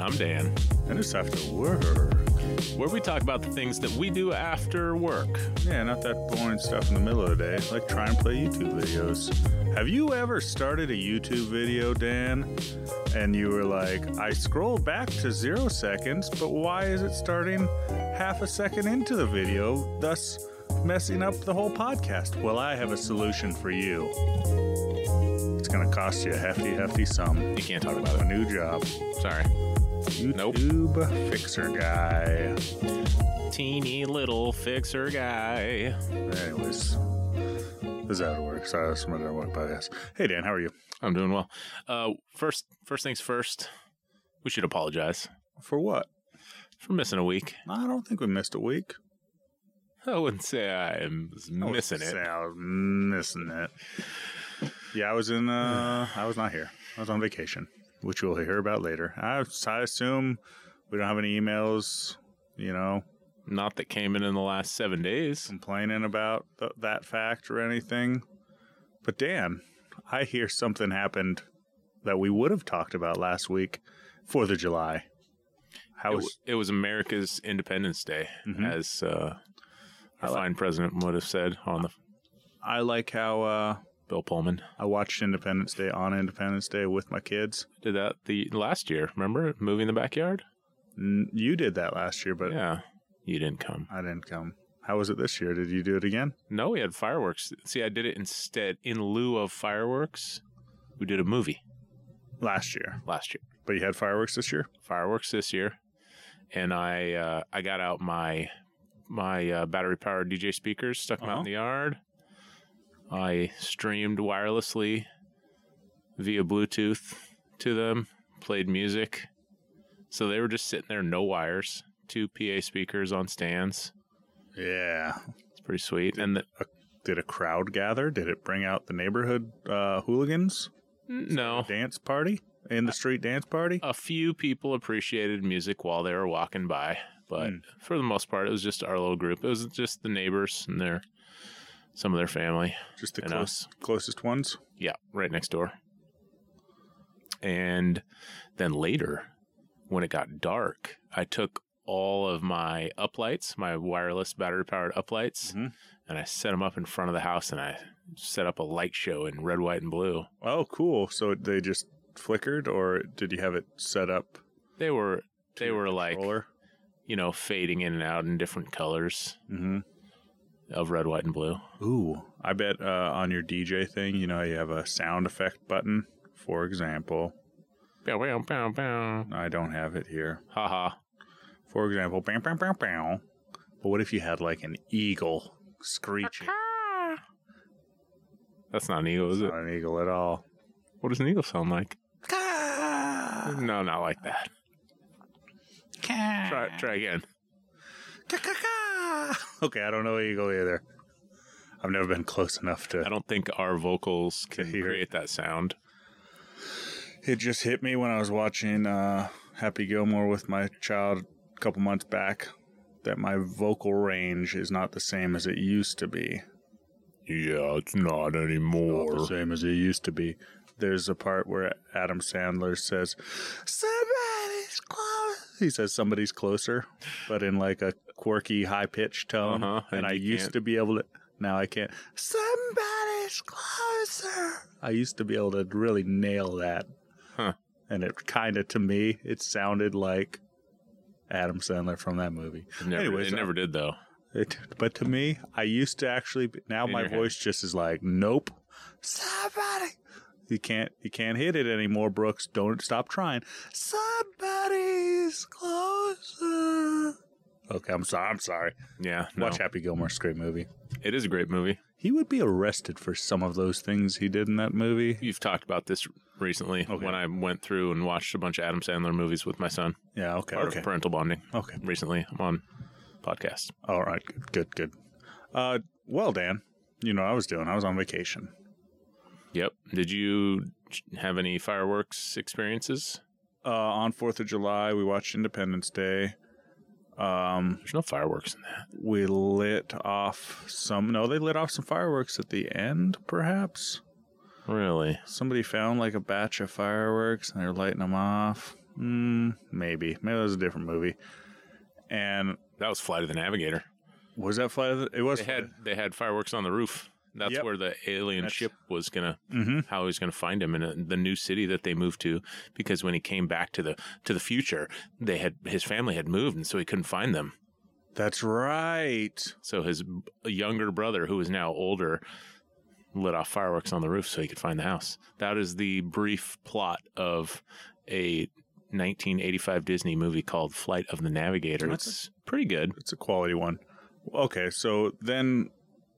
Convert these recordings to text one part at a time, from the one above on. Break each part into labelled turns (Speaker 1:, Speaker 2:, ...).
Speaker 1: I'm Dan,
Speaker 2: And it's after work.
Speaker 1: where we talk about the things that we do after work.
Speaker 2: Yeah, not that boring stuff in the middle of the day, like try and play YouTube videos. Have you ever started a YouTube video, Dan? And you were like, I scroll back to zero seconds, but why is it starting half a second into the video, thus messing up the whole podcast? Well, I have a solution for you. It's gonna cost you a hefty, hefty sum.
Speaker 1: You can't talk
Speaker 2: A
Speaker 1: about
Speaker 2: new job.
Speaker 1: it. Sorry.
Speaker 2: YouTube
Speaker 1: Nope.
Speaker 2: fixer guy.
Speaker 1: Teeny little fixer guy.
Speaker 2: Anyways, this is how it works. I was from another work podcast. Hey Dan, how are you?
Speaker 1: I'm doing well. Uh, first, first things first. We should apologize
Speaker 2: For what?
Speaker 1: for missing a week.
Speaker 2: I don't think we missed a week.
Speaker 1: I wouldn't say I'm
Speaker 2: I was
Speaker 1: missing
Speaker 2: saying
Speaker 1: it.
Speaker 2: I was missing it. Yeah, I was in. Uh, I was not here. I was on vacation, which we'll hear about later. I, I assume we don't have any emails. You know,
Speaker 1: Not that came in in the last seven days.
Speaker 2: complaining about th- that fact or anything. But Dan, I hear something happened that we would have talked about last week, Fourth of July. How
Speaker 1: it,
Speaker 2: was
Speaker 1: w- it was America's Independence Day,
Speaker 2: Mhm.
Speaker 1: as uh,
Speaker 2: I
Speaker 1: our
Speaker 2: like-
Speaker 1: fine president would have said on the
Speaker 2: I like how uh,
Speaker 1: Bill Pullman
Speaker 2: I watched Independence Day on Independence Day with my kids.
Speaker 1: did that the last year. Remember movie in the backyard?
Speaker 2: N- You did that last year, but
Speaker 1: yeah, you didn't come.
Speaker 2: I didn't come. How was it this year? Did you do it again?
Speaker 1: No, we had fireworks. See, I did it instead in lieu of fireworks. We did a movie
Speaker 2: Last year,
Speaker 1: last year.
Speaker 2: but you had fireworks this year.
Speaker 1: Fireworks this year, and I uh, I got out my my uh, battery powered DJ speakers, stuck them out
Speaker 2: Uh-huh.
Speaker 1: in the yard. I streamed wirelessly via Bluetooth to them, played music. So they were just sitting there, no wires, two PA speakers on stands.
Speaker 2: Yeah.
Speaker 1: It's pretty sweet. And the,
Speaker 2: Did a crowd gather? Did it bring out the neighborhood uh, hooligans
Speaker 1: no,
Speaker 2: dance party in the street dance party?
Speaker 1: a few people appreciated music while they were walking by, but
Speaker 2: Hmm.
Speaker 1: for the most part, it was just our little group. It was just the neighbors and their some of their family
Speaker 2: Just the
Speaker 1: and
Speaker 2: close,
Speaker 1: us.
Speaker 2: closest ones.
Speaker 1: Yeah, right next door. And then later, when it got dark, I took all of my uplights, my wireless battery powered uplights,
Speaker 2: Mhm.
Speaker 1: and I set them up in front of the house, and I set up a light show in red, white, and blue.
Speaker 2: Oh, cool. So they just flickered, or did you have it set up?
Speaker 1: They were
Speaker 2: to
Speaker 1: they
Speaker 2: your
Speaker 1: were like
Speaker 2: controller?
Speaker 1: you know fading in and out in different colors.
Speaker 2: Mhm.
Speaker 1: of red, white, and blue.
Speaker 2: Ooh, I bet uh, on your DJ thing, you know, you have a sound effect button. For example,
Speaker 1: Bow, bow, bow, bow.
Speaker 2: I don't have it here.
Speaker 1: Ha ha.
Speaker 2: For example, bam, bam, bam, bam. But what if you had like an eagle screeching?
Speaker 1: That's not an eagle, is it?
Speaker 2: Not an eagle at all.
Speaker 1: What does an eagle sound like? No, not like that. Try try again.
Speaker 2: Okay, I don't know eagle either. I've never been close enough
Speaker 1: I
Speaker 2: to.
Speaker 1: don't think our vocals
Speaker 2: To
Speaker 1: can
Speaker 2: hear it.
Speaker 1: create that sound.
Speaker 2: It just hit me when I was watching uh, Happy Gilmore with my child a couple months back that my vocal range is not the same as it used to be.
Speaker 1: Yeah, it's not
Speaker 2: not the
Speaker 1: anymore.
Speaker 2: same as it used to be. There's a part where Adam Sandler says, "Somebody's close." He says, "Somebody's closer," but in like a quirky, high pitched tone.
Speaker 1: Uh-huh,
Speaker 2: And,
Speaker 1: and
Speaker 2: I
Speaker 1: you
Speaker 2: used
Speaker 1: can't-
Speaker 2: to be able to. Now I can't. Somebody's closer. I used to be able to really nail that.
Speaker 1: Huh.
Speaker 2: And it kind of to me, it sounded like Adam Sandler from that movie.
Speaker 1: Never,
Speaker 2: Anyways,
Speaker 1: it
Speaker 2: I-
Speaker 1: never did though.
Speaker 2: It, but to me, I used to actually. be- Now
Speaker 1: In
Speaker 2: my
Speaker 1: your head.
Speaker 2: voice just is like, nope, somebody. You can't, you can't hit it anymore, Brooks. Don't stop trying. Somebody's closer. Okay, I'm sorry. I'm sorry.
Speaker 1: Yeah, no.
Speaker 2: Watch Happy Gilmore. It's a great movie.
Speaker 1: It is a great movie.
Speaker 2: He would be arrested for some of those things he did in that movie.
Speaker 1: You've talked about this recently
Speaker 2: Okay.
Speaker 1: when I went through and watched a bunch of Adam Sandler movies with my son.
Speaker 2: Yeah. Okay.
Speaker 1: Part
Speaker 2: Okay.
Speaker 1: of parental bonding
Speaker 2: Okay.
Speaker 1: recently. I'm on podcast.
Speaker 2: All right. Good. Good. Good. Uh, well, Dan, you know what I was doing. I was on vacation.
Speaker 1: Yep. Did you have any fireworks experiences?
Speaker 2: Uh, on Fourth of July, we watched Independence Day. Um,
Speaker 1: There's no fireworks in that.
Speaker 2: we lit off some no they lit off some fireworks at the end perhaps
Speaker 1: Really?
Speaker 2: somebody found like a batch of fireworks and they're lighting them off Mm, maybe. Maybe that was a different movie. And
Speaker 1: That was Flight of the Navigator.
Speaker 2: was that Flight of the... It was...
Speaker 1: They had they had fireworks on the roof. That's
Speaker 2: Yep.
Speaker 1: where the alien
Speaker 2: That's-
Speaker 1: ship was gonna
Speaker 2: hmm
Speaker 1: how he was gonna find him in uh the new city that they moved to. Because when he came back to the to the future, they had his family had moved, and so he couldn't find them.
Speaker 2: That's right.
Speaker 1: So his b- younger brother, who is now older, lit off fireworks on the roof so he could find the house. That is the brief plot of a 1985 Disney movie called Flight of the Navigator.
Speaker 2: That's-
Speaker 1: It's pretty good.
Speaker 2: It's a quality one. Okay, so then...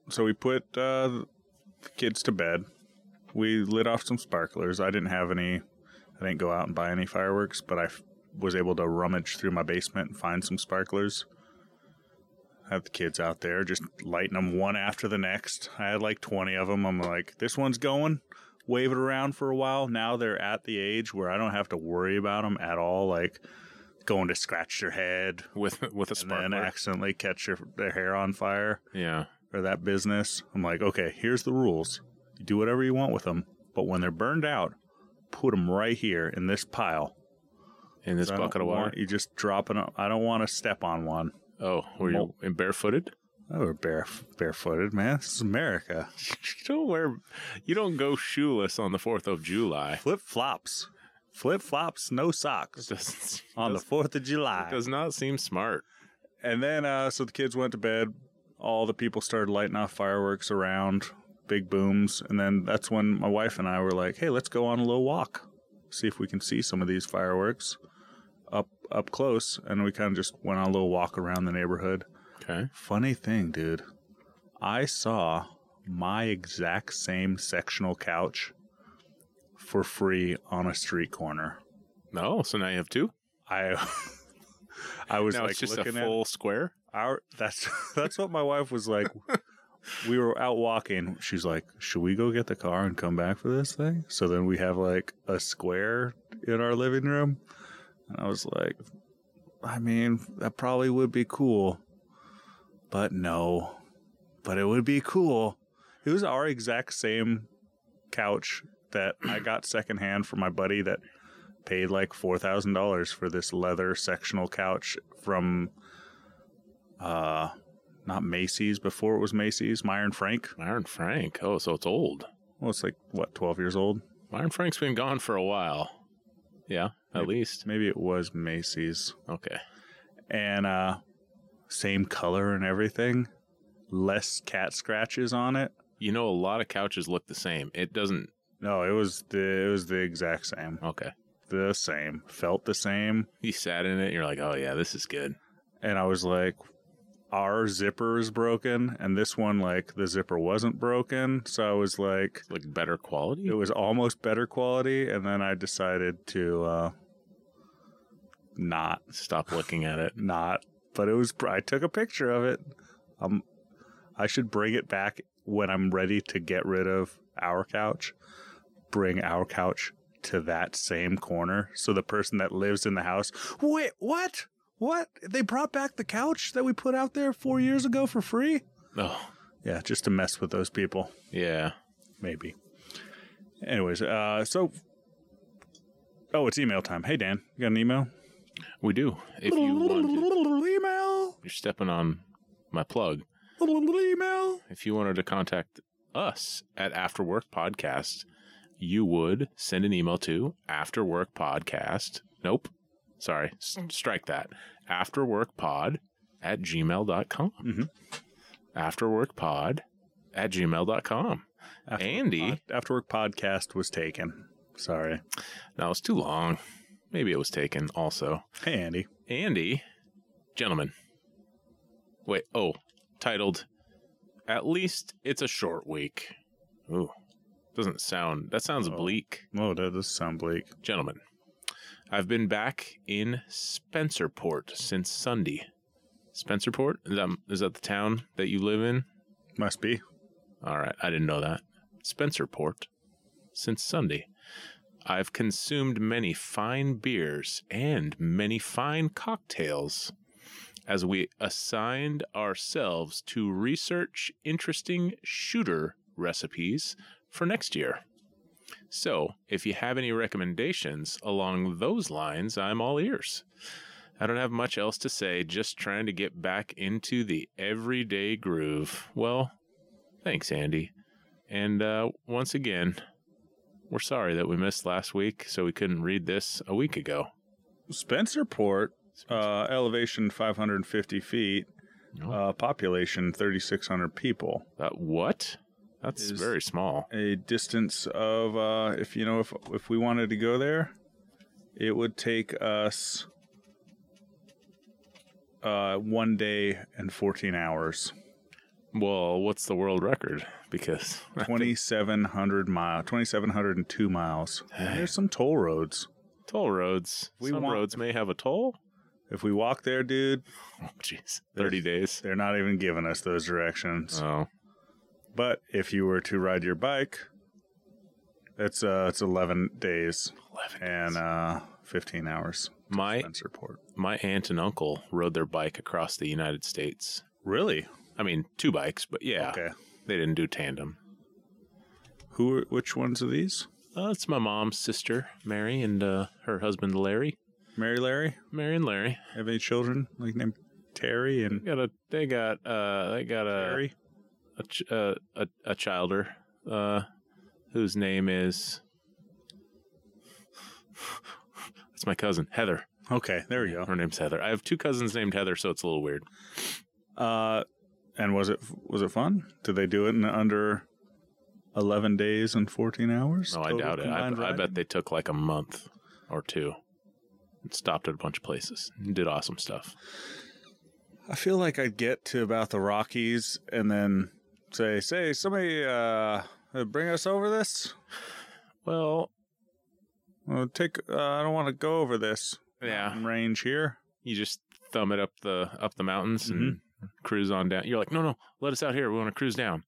Speaker 2: So we put uh, the kids to bed. We lit off some sparklers. I didn't have any... I didn't go out and buy any fireworks, but I f- was able to rummage through my basement and find some sparklers. Have the kids out there just lighting them one after the next. I had like 20 of them. I'm like, this one's going, wave it around for a while. Now they're at the age where I don't have to worry about them at all, like going to scratch their head
Speaker 1: With with a
Speaker 2: and then
Speaker 1: sparkler,
Speaker 2: accidentally catch your, their hair on fire
Speaker 1: yeah.
Speaker 2: or that business. I'm like, okay, here's the rules. You do whatever you want with them, but when they're burned out, put them right here in this pile.
Speaker 1: In this
Speaker 2: I
Speaker 1: bucket
Speaker 2: don't
Speaker 1: of water.
Speaker 2: want you just dropping. I I don't want to step on one.
Speaker 1: Oh, were you in barefooted?
Speaker 2: Oh, we're bare barefooted, man. This is America.
Speaker 1: You don't wear, you don't go shoeless on the Fourth of July.
Speaker 2: Flip flops, flip flops, no
Speaker 1: It
Speaker 2: socks
Speaker 1: doesn't,
Speaker 2: on the Fourth of
Speaker 1: it
Speaker 2: July.
Speaker 1: does not seem smart.
Speaker 2: And then, uh, so the kids went to bed. All the people started lighting off fireworks around, big booms. And then that's when my wife and I were like, "Hey, let's go on a little walk, see if we can see some of these fireworks up up close." And we kind of just went on a little walk around the neighborhood.
Speaker 1: Okay.
Speaker 2: Funny thing, dude. I saw my exact same sectional couch for free on a street corner.
Speaker 1: No, Oh, so now you have two.
Speaker 2: I I was
Speaker 1: now
Speaker 2: like
Speaker 1: it's just a
Speaker 2: looking
Speaker 1: full square.
Speaker 2: at our that's that's what my wife was like. we were out walking. She's like, "Should we go get the car and come back for this thing?" So then we have like a square in our living room. And I was like, "I mean, that probably would be cool." But no. But it would be cool. It was our exact same couch that I got secondhand from my buddy that paid like $4,000 for this leather sectional couch from uh not Macy's before it was Macy's, Meyer and Frank.
Speaker 1: Myron Frank. Oh, so it's old.
Speaker 2: Well, it's like what, 12 years old?
Speaker 1: Myron Frank's been gone for a while. Yeah, at
Speaker 2: Maybe.
Speaker 1: least.
Speaker 2: Maybe it was Macy's.
Speaker 1: Okay.
Speaker 2: And uh same color and everything. Less cat scratches on it.
Speaker 1: You know, a lot of couches look the same. It doesn't.
Speaker 2: No, it was the it was the exact same.
Speaker 1: Okay.
Speaker 2: The same. Felt the same.
Speaker 1: You sat in it. and You're like, oh yeah, this is good.
Speaker 2: And I was like, our zipper is broken, and this one, like, the zipper wasn't broken. So I was like,
Speaker 1: It's like better quality.
Speaker 2: it was almost better quality, and then I decided to uh not
Speaker 1: Stop looking at it.
Speaker 2: not, but it was. I took a picture of it. Um, I should bring it back when I'm ready to get rid of our couch. Bring our couch to that same corner, so the person that lives in the house. Wait, what? What? They brought back the couch that we put out there four years ago for free?
Speaker 1: Oh,
Speaker 2: Yeah, just to mess with those people
Speaker 1: yeah.
Speaker 2: maybe. Anyways, uh, so oh, it's email time. Hey Dan, you got an email?
Speaker 1: We do. If you want, to-
Speaker 2: email,
Speaker 1: you're stepping on my plug.
Speaker 2: email.
Speaker 1: If you wanted to contact us at After Work Podcast, you would send an email to After Work Podcast. Nope. Sorry. S- strike that. After Work Pod at gmail.com.
Speaker 2: Mhm.
Speaker 1: After Work Pod at gmail.com.
Speaker 2: After
Speaker 1: Andy.
Speaker 2: Pod, After work podcast was taken. Sorry.
Speaker 1: Now it's too long. Maybe it was taken also.
Speaker 2: Hey Andy.
Speaker 1: Andy, gentlemen. Wait, oh, titled At least it's a short week. Ooh. Doesn't sound that sounds
Speaker 2: Oh.
Speaker 1: bleak.
Speaker 2: Oh, that does sound bleak.
Speaker 1: Gentlemen, I've been back in Spencerport since Sunday. Spencerport? Is that, is that the town that you live in?
Speaker 2: Must be.
Speaker 1: All right, I didn't know that. Spencerport since Sunday. I've consumed many fine beers and many fine cocktails as we assigned ourselves to research interesting shooter recipes for next year. So, if you have any recommendations along those lines, I'm all ears. I don't have much else to say, just trying to get back into the everyday groove. Well, thanks, Andy. And uh, once again, we're sorry that we missed last week, so we couldn't read this a week ago.
Speaker 2: Spencerport, uh, elevation 550 feet,
Speaker 1: Oh.
Speaker 2: uh, population 3,600 people.
Speaker 1: That Uh, what? That's
Speaker 2: Is-
Speaker 1: very small.
Speaker 2: a distance of uh, if you know if if we wanted to go there, it would take us uh, one day and fourteen hours,
Speaker 1: Well, what's the world record? Because
Speaker 2: twenty seven hundred mile, twenty seven hundred and two miles. And there's some toll roads.
Speaker 1: toll roads.
Speaker 2: We
Speaker 1: some
Speaker 2: want-
Speaker 1: roads may have a toll.
Speaker 2: If we walk there, dude,
Speaker 1: Oh, jeez, thirty days.
Speaker 2: they're not even giving us those directions.
Speaker 1: Oh,
Speaker 2: But if you were to ride your bike, it's uh it's eleven days
Speaker 1: 11
Speaker 2: and uh fifteen hours.
Speaker 1: my
Speaker 2: Spencerport.
Speaker 1: my aunt and uncle rode their bike across the United States.
Speaker 2: Really?
Speaker 1: I mean, two bikes, but yeah,
Speaker 2: Okay.
Speaker 1: they didn't do tandem.
Speaker 2: Who? are- Which ones are these?
Speaker 1: Uh, it's my mom's sister, Mary, and uh, her husband Larry.
Speaker 2: Mary, Larry.
Speaker 1: Mary and Larry
Speaker 2: Have any children like named Terry and
Speaker 1: got a they got uh they got a
Speaker 2: Terry?
Speaker 1: a ch- uh, a, a childer uh, whose name is that's my cousin Heather.
Speaker 2: Okay, there we go.
Speaker 1: Her name's Heather. I have two cousins named Heather, so it's a little weird.
Speaker 2: Uh, and was it was it fun? Did they do it in under eleven days and fourteen hours?
Speaker 1: No, I
Speaker 2: Total
Speaker 1: doubt it. I,
Speaker 2: combined
Speaker 1: I
Speaker 2: riding?
Speaker 1: bet they took like a month or two. and Stopped at a bunch of places. and Did awesome stuff.
Speaker 2: I feel like I'd get to about the Rockies and then say, "Say, somebody uh, bring us over this.
Speaker 1: Well,
Speaker 2: Uh, take. Uh, I don't want to go over this
Speaker 1: yeah,
Speaker 2: mountain range here."
Speaker 1: you just thumb it up the up the mountains and
Speaker 2: Mm-hmm.
Speaker 1: cruise on down. You're like, no, no, let us out here. We want to cruise down.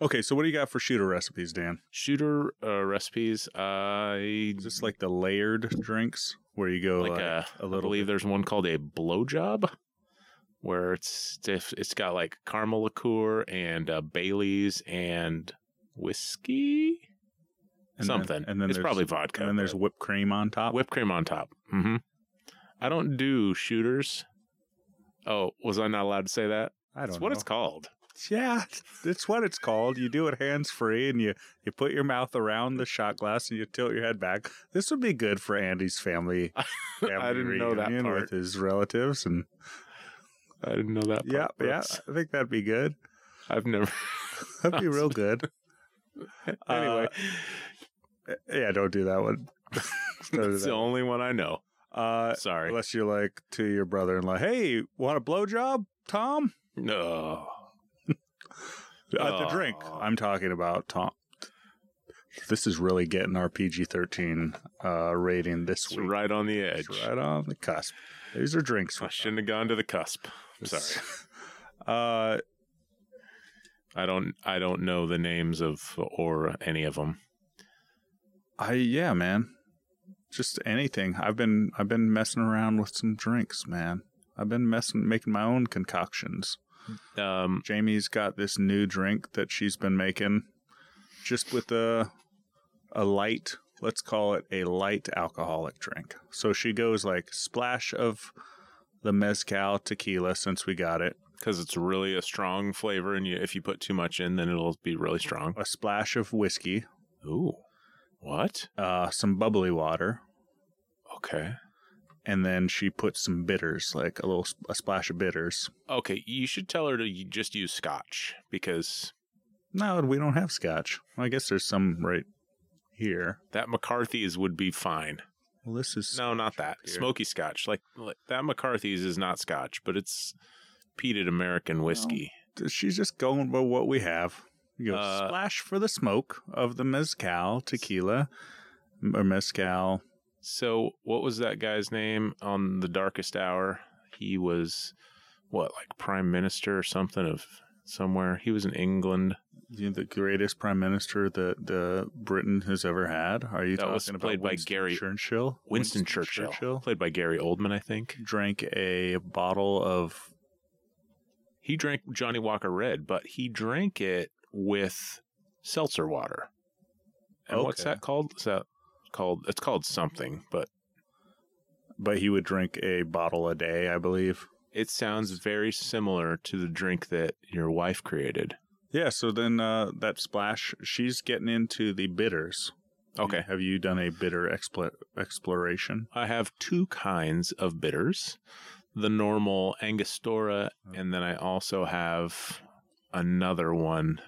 Speaker 2: Okay, so what do you got for shooter recipes, Dan?
Speaker 1: Shooter uh, recipes. I
Speaker 2: Is this like the layered drinks where you go
Speaker 1: Like
Speaker 2: like,
Speaker 1: a-
Speaker 2: a,
Speaker 1: I
Speaker 2: little?
Speaker 1: believe there's one called a blowjob, where it's if it's got like caramel liqueur and uh, Bailey's and whiskey,
Speaker 2: and then-
Speaker 1: something.
Speaker 2: and then
Speaker 1: it's
Speaker 2: there's-
Speaker 1: probably vodka.
Speaker 2: and then there's
Speaker 1: but
Speaker 2: whipped cream on top.
Speaker 1: whipped cream on top. hmm I don't do shooters. Oh, was I not allowed to say that?
Speaker 2: I don't
Speaker 1: That's
Speaker 2: know
Speaker 1: what it's called.
Speaker 2: Yeah, it's what it's called. You do it hands free, and you you put your mouth around the shot glass, and you tilt your head back. This would be good for Andy's family. family
Speaker 1: didn't know that
Speaker 2: reunion
Speaker 1: part.
Speaker 2: With his relatives, and
Speaker 1: I didn't know that.
Speaker 2: yeah,
Speaker 1: part,
Speaker 2: yeah,
Speaker 1: Brooks.
Speaker 2: I think that'd be good.
Speaker 1: I've never.
Speaker 2: That'd be real good. Uh, eh,
Speaker 1: anyway,
Speaker 2: Yeah, don't do that one. Don't do
Speaker 1: that's the
Speaker 2: that.
Speaker 1: only one I know.
Speaker 2: Uh,
Speaker 1: Sorry.
Speaker 2: unless you're like to your brother-in-law, hey, want a blowjob, Tom?
Speaker 1: No.
Speaker 2: Uh, the drink
Speaker 1: Oh.
Speaker 2: I'm talking about, Tom. This is really getting our PG-13 uh, rating this
Speaker 1: It's
Speaker 2: week.
Speaker 1: right on the edge.
Speaker 2: It's right on the cusp. These are drinks.
Speaker 1: I shouldn't have gone to the cusp. Sorry.
Speaker 2: Uh,
Speaker 1: I don't I don't know the names of or any of them.
Speaker 2: I yeah, man. Just anything. I've been I've been messing around with some drinks, man. I've been messing making my own concoctions.
Speaker 1: Um,
Speaker 2: Jamie's got this new drink that she's been making, just with a a light. Let's call it a light alcoholic drink. So she goes like splash of the mezcal tequila since we got it,
Speaker 1: because it's really a strong flavor, and you, if you put too much in, then it'll be really strong.
Speaker 2: a splash of whiskey,
Speaker 1: Ooh, what?
Speaker 2: uh, some bubbly water,
Speaker 1: Okay,
Speaker 2: and then she puts some bitters, like a little a splash of bitters.
Speaker 1: okay. You should tell her to y- just use scotch because
Speaker 2: No, we don't have scotch. I guess there's some right here.
Speaker 1: that McCarthy's would be fine.
Speaker 2: Well, this is
Speaker 1: No, not that
Speaker 2: Here.
Speaker 1: smoky scotch. Like, like that McCarthy's is not scotch, but it's peated American whiskey.
Speaker 2: she's just going by what we have. You go
Speaker 1: Uh,
Speaker 2: splash for the smoke of the mezcal tequila or mezcal.
Speaker 1: So, what was that guy's name on the Darkest Hour? He was what, like prime minister or something of somewhere. He was in England.
Speaker 2: You know, the greatest prime minister that the Britain has ever had. Are you
Speaker 1: That
Speaker 2: talking
Speaker 1: was
Speaker 2: about
Speaker 1: played by
Speaker 2: Winston
Speaker 1: Gary-
Speaker 2: Churchill?
Speaker 1: Winston, Churchill, played by Gary Oldman, I think.
Speaker 2: drank a bottle of
Speaker 1: He drank Johnny Walker Red, but he drank it with seltzer water. And what's
Speaker 2: Okay.
Speaker 1: that called? Is that called? It's called something, but
Speaker 2: But he would drink a bottle a day, I believe.
Speaker 1: it sounds very similar to the drink that your wife created.
Speaker 2: Yeah, so then uh, that splash, she's getting into the bitters.
Speaker 1: Okay.
Speaker 2: Have you done a bitter expl- exploration?
Speaker 1: I have two kinds of bitters the normal Angostura,
Speaker 2: Oh.
Speaker 1: and then I also have another one.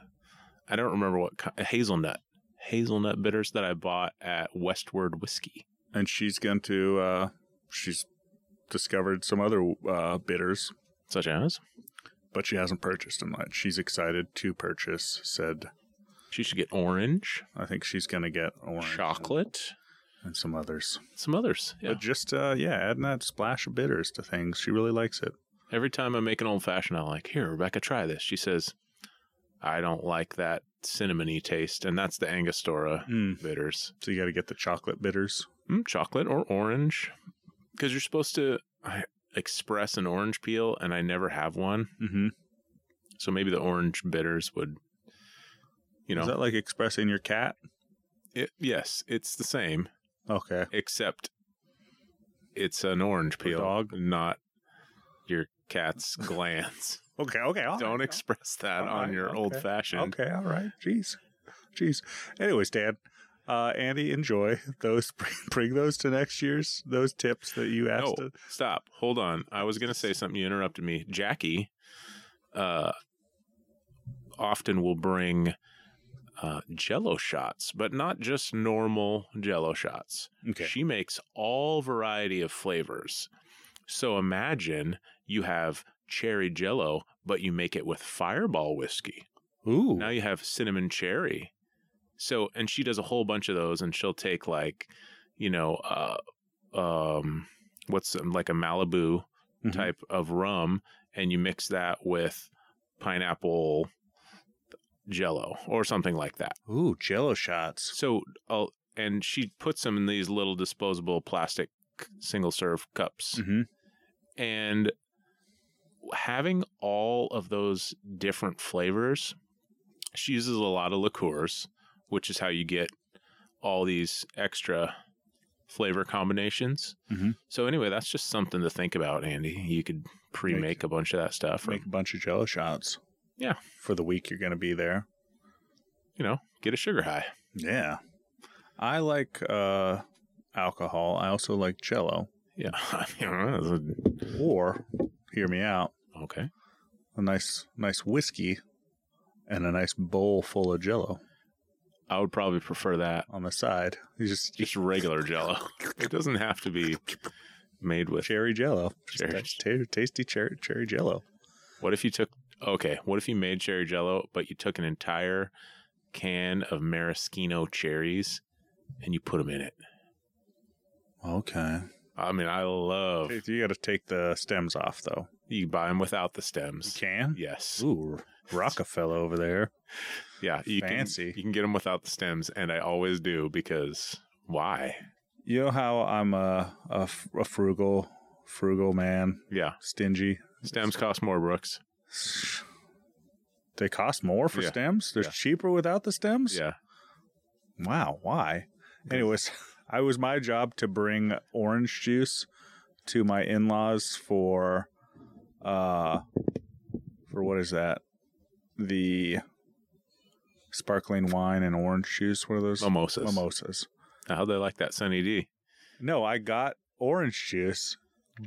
Speaker 1: I don't remember what ki hazelnut. Hazelnut bitters that I bought at Westward Whiskey.
Speaker 2: And she's going to, uh, she's discovered some other uh, bitters,
Speaker 1: Such as?
Speaker 2: but she hasn't purchased them yet. She's excited to purchase said,
Speaker 1: She should get orange,
Speaker 2: I think she's going to get orange. and-
Speaker 1: chocolate,
Speaker 2: And some others.
Speaker 1: some others. Yeah.
Speaker 2: But just, uh, yeah, adding that splash of bitters to things. She really likes it.
Speaker 1: Every time I make an old fashioned, I'm like, here, Rebecca, try this. She says, I don't like that cinnamony taste. And that's the Angostura
Speaker 2: Mm.
Speaker 1: bitters.
Speaker 2: So you got to get the chocolate bitters.
Speaker 1: Mm, chocolate or orange. Because you're supposed to I, express an orange peel, and I never have one.
Speaker 2: Mm-hmm.
Speaker 1: So maybe the orange bitters would, you know.
Speaker 2: Is that like expressing your cat?
Speaker 1: it, yes, it's the same,
Speaker 2: Okay.
Speaker 1: except it's an orange
Speaker 2: A
Speaker 1: peel,
Speaker 2: dog?
Speaker 1: not your cat's glands.
Speaker 2: Okay, Oh, okay. all
Speaker 1: Don't
Speaker 2: right.
Speaker 1: express that
Speaker 2: All
Speaker 1: on
Speaker 2: right,
Speaker 1: your
Speaker 2: okay,
Speaker 1: old fashioned.
Speaker 2: Okay, all right. Jeez. Jeez. Anyways, Dad, uh, Andy, enjoy those. Bring, bring those to next year's, those tips that you asked.
Speaker 1: No,
Speaker 2: us.
Speaker 1: stop. Hold on. I was going to say something. You interrupted me. Jackie uh, often will bring uh, jello shots, but not just normal jello shots.
Speaker 2: Okay.
Speaker 1: She makes all variety of flavors. So imagine you have cherry jello, but you make it with fireball whiskey.
Speaker 2: Ooh.
Speaker 1: Now you have cinnamon cherry. So, and she does a whole bunch of those, and she'll take like, you know, uh, um, what's um, like a Malibu
Speaker 2: Mhm.
Speaker 1: type of rum, and you mix that with pineapple jello or something like that.
Speaker 2: Ooh, jello shots.
Speaker 1: So, uh, and she puts them in these little disposable plastic single serve cups
Speaker 2: Mm-hmm.
Speaker 1: and having all of those different flavors she uses a lot of liqueurs which is how you get all these extra flavor combinations
Speaker 2: Mhm.
Speaker 1: so anyway that's just something to think about andy you could pre-make
Speaker 2: Make-
Speaker 1: a bunch of that stuff or,
Speaker 2: Make a bunch of jello shots.
Speaker 1: Yeah.
Speaker 2: For the week you're going to be there.
Speaker 1: you know get a sugar high
Speaker 2: Yeah. I like uh alcohol. I also like jello.
Speaker 1: yeah I mean, I don't know.
Speaker 2: Or hear me out,
Speaker 1: okay
Speaker 2: a nice nice whiskey and a nice bowl full of jello
Speaker 1: i would probably prefer that
Speaker 2: on the side. You just
Speaker 1: just regular jello it doesn't have to be made with
Speaker 2: cherry jello. Just
Speaker 1: Cherry-
Speaker 2: nice ta- tasty cherry cherry jello.
Speaker 1: What if you took okay, what if you made cherry jello, but you took an entire can of maraschino cherries and you put them in it?
Speaker 2: Okay.
Speaker 1: I mean, I love
Speaker 2: You got to take the stems off though.
Speaker 1: you buy them without the
Speaker 2: You
Speaker 1: stems.
Speaker 2: can?
Speaker 1: Yes.
Speaker 2: Ooh, Rockefeller over there.
Speaker 1: Yeah, you
Speaker 2: Fancy.
Speaker 1: Can, you can get them without the stems and I always do because why?
Speaker 2: You know how I'm a a f- a frugal frugal man,
Speaker 1: Yeah,
Speaker 2: stingy.
Speaker 1: stems cost more, Brooks.
Speaker 2: They cost more for
Speaker 1: Yeah.
Speaker 2: stems. They're
Speaker 1: Yeah.
Speaker 2: cheaper without the stems.
Speaker 1: Yeah.
Speaker 2: Wow. Why?
Speaker 1: Okay.
Speaker 2: Anyways, I was my job to bring orange juice to my in-laws for, uh, for what is that? The sparkling wine and orange juice. What are those?
Speaker 1: Mimosas.
Speaker 2: Mimosas.
Speaker 1: How they like that Sunny D?
Speaker 2: No, I got orange juice,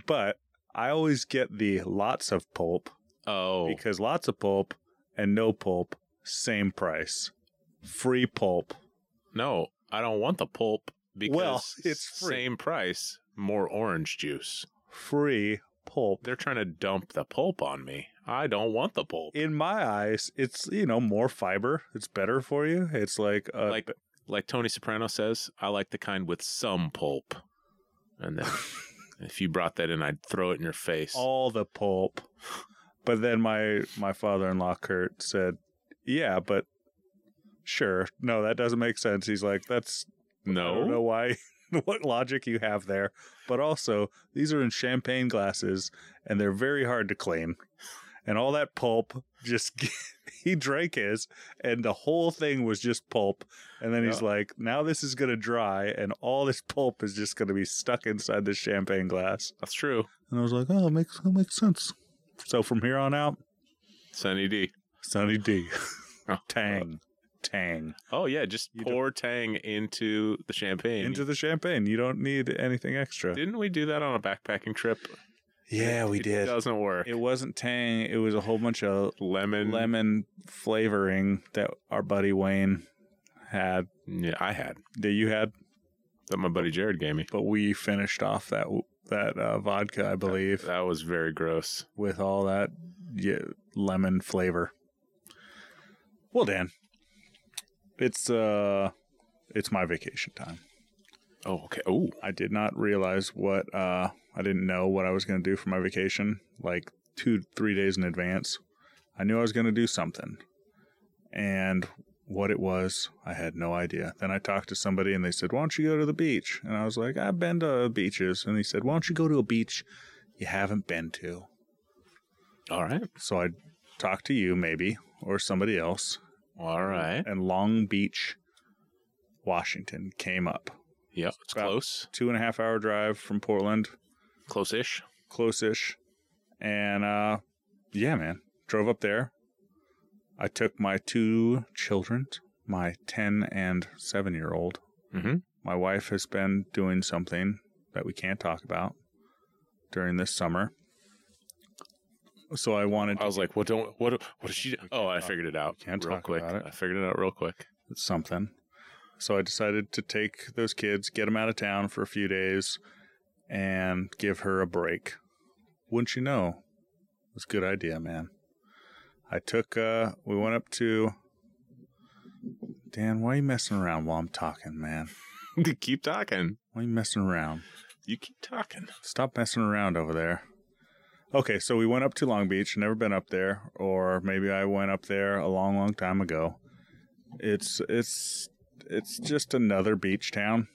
Speaker 2: but I always get the lots of pulp
Speaker 1: Oh.
Speaker 2: because lots of pulp and no pulp, same price. Free pulp.
Speaker 1: no, I don't want the pulp because
Speaker 2: Well, it's free.
Speaker 1: same price, more orange juice.
Speaker 2: Free pulp.
Speaker 1: they're trying to dump the pulp on me. I don't want the pulp.
Speaker 2: In my eyes, it's, you know, more fiber. It's better for you. It's like, uh,
Speaker 1: Like- like Tony Soprano says, I like the kind with some pulp. And then if you brought that in, I'd throw it in your face.
Speaker 2: all the pulp. But then my, my father in law, Kurt, said, yeah, but sure. No, that doesn't make sense. He's like, that's, I
Speaker 1: no,
Speaker 2: don't know why, what logic you have there. But also, these are in champagne glasses and they're very hard to clean. And all that pulp just, he drank his, and the whole thing was just pulp. And then he's
Speaker 1: Yeah.
Speaker 2: like, now this is going to dry, and all this pulp is just going to be stuck inside this champagne glass.
Speaker 1: That's true.
Speaker 2: And I was like, oh, it makes, that makes sense. So from here on out,
Speaker 1: Sunny E D.
Speaker 2: Sunny D.
Speaker 1: Oh.
Speaker 2: Tang. Tang.
Speaker 1: Oh yeah, just
Speaker 2: You don't-
Speaker 1: pour Tang into the champagne.
Speaker 2: Into the champagne. You don't need anything extra.
Speaker 1: Didn't we do that on a backpacking trip?
Speaker 2: Yeah, we
Speaker 1: it
Speaker 2: did.
Speaker 1: Doesn't work.
Speaker 2: It wasn't Tang. It was a whole bunch of
Speaker 1: lemon.
Speaker 2: lemon flavoring that our buddy Wayne had
Speaker 1: Yeah, I had
Speaker 2: that you had,
Speaker 1: that. My buddy Jared gave me.
Speaker 2: but we finished off that that uh, vodka, I believe,
Speaker 1: That was very gross.
Speaker 2: with all that yeah, lemon flavor. Well, Dan, it's uh, it's my vacation time.
Speaker 1: Oh okay. Oh
Speaker 2: I did not realize what uh, I didn't know what I was going to do for my vacation like two, three days in advance. I knew I was going to do something, and what it was, I had no idea. Then I talked to somebody, and they said, "Why don't you go to the beach?" And I was like, "I've been to beaches," and he said, "Why don't you go to a beach you haven't been to?"
Speaker 1: all right.
Speaker 2: So I talked to you, maybe, or somebody else,
Speaker 1: All right.
Speaker 2: and Long Beach, Washington, came up.
Speaker 1: Yeah, it's
Speaker 2: About-
Speaker 1: close.
Speaker 2: Two and a half hour drive from Portland.
Speaker 1: Close ish.
Speaker 2: close-ish and uh yeah man drove up there i took my two children my 10 and 7 year old
Speaker 1: Mhm.
Speaker 2: my wife has been doing something that we can't talk about during this summer so i wanted
Speaker 1: I was like, what don't what what is she? do- Oh, I
Speaker 2: talk-
Speaker 1: figured it out.
Speaker 2: we can't
Speaker 1: real
Speaker 2: talk
Speaker 1: quick.
Speaker 2: about it.
Speaker 1: I figured it out real quick.
Speaker 2: something. So I decided to take those kids, get them out of town for a few days, and give her a break. Wouldn't you know? It was a good idea, man. I took, uh, we went up to. Dan, why are you messing around while I'm talking, man?
Speaker 1: keep talking.
Speaker 2: Why are you messing around?
Speaker 1: You keep talking.
Speaker 2: Stop messing around over there. Okay, so we went up to Long Beach. Never been up there, or maybe I went up there a long, long time ago. It's it's it's just another beach town.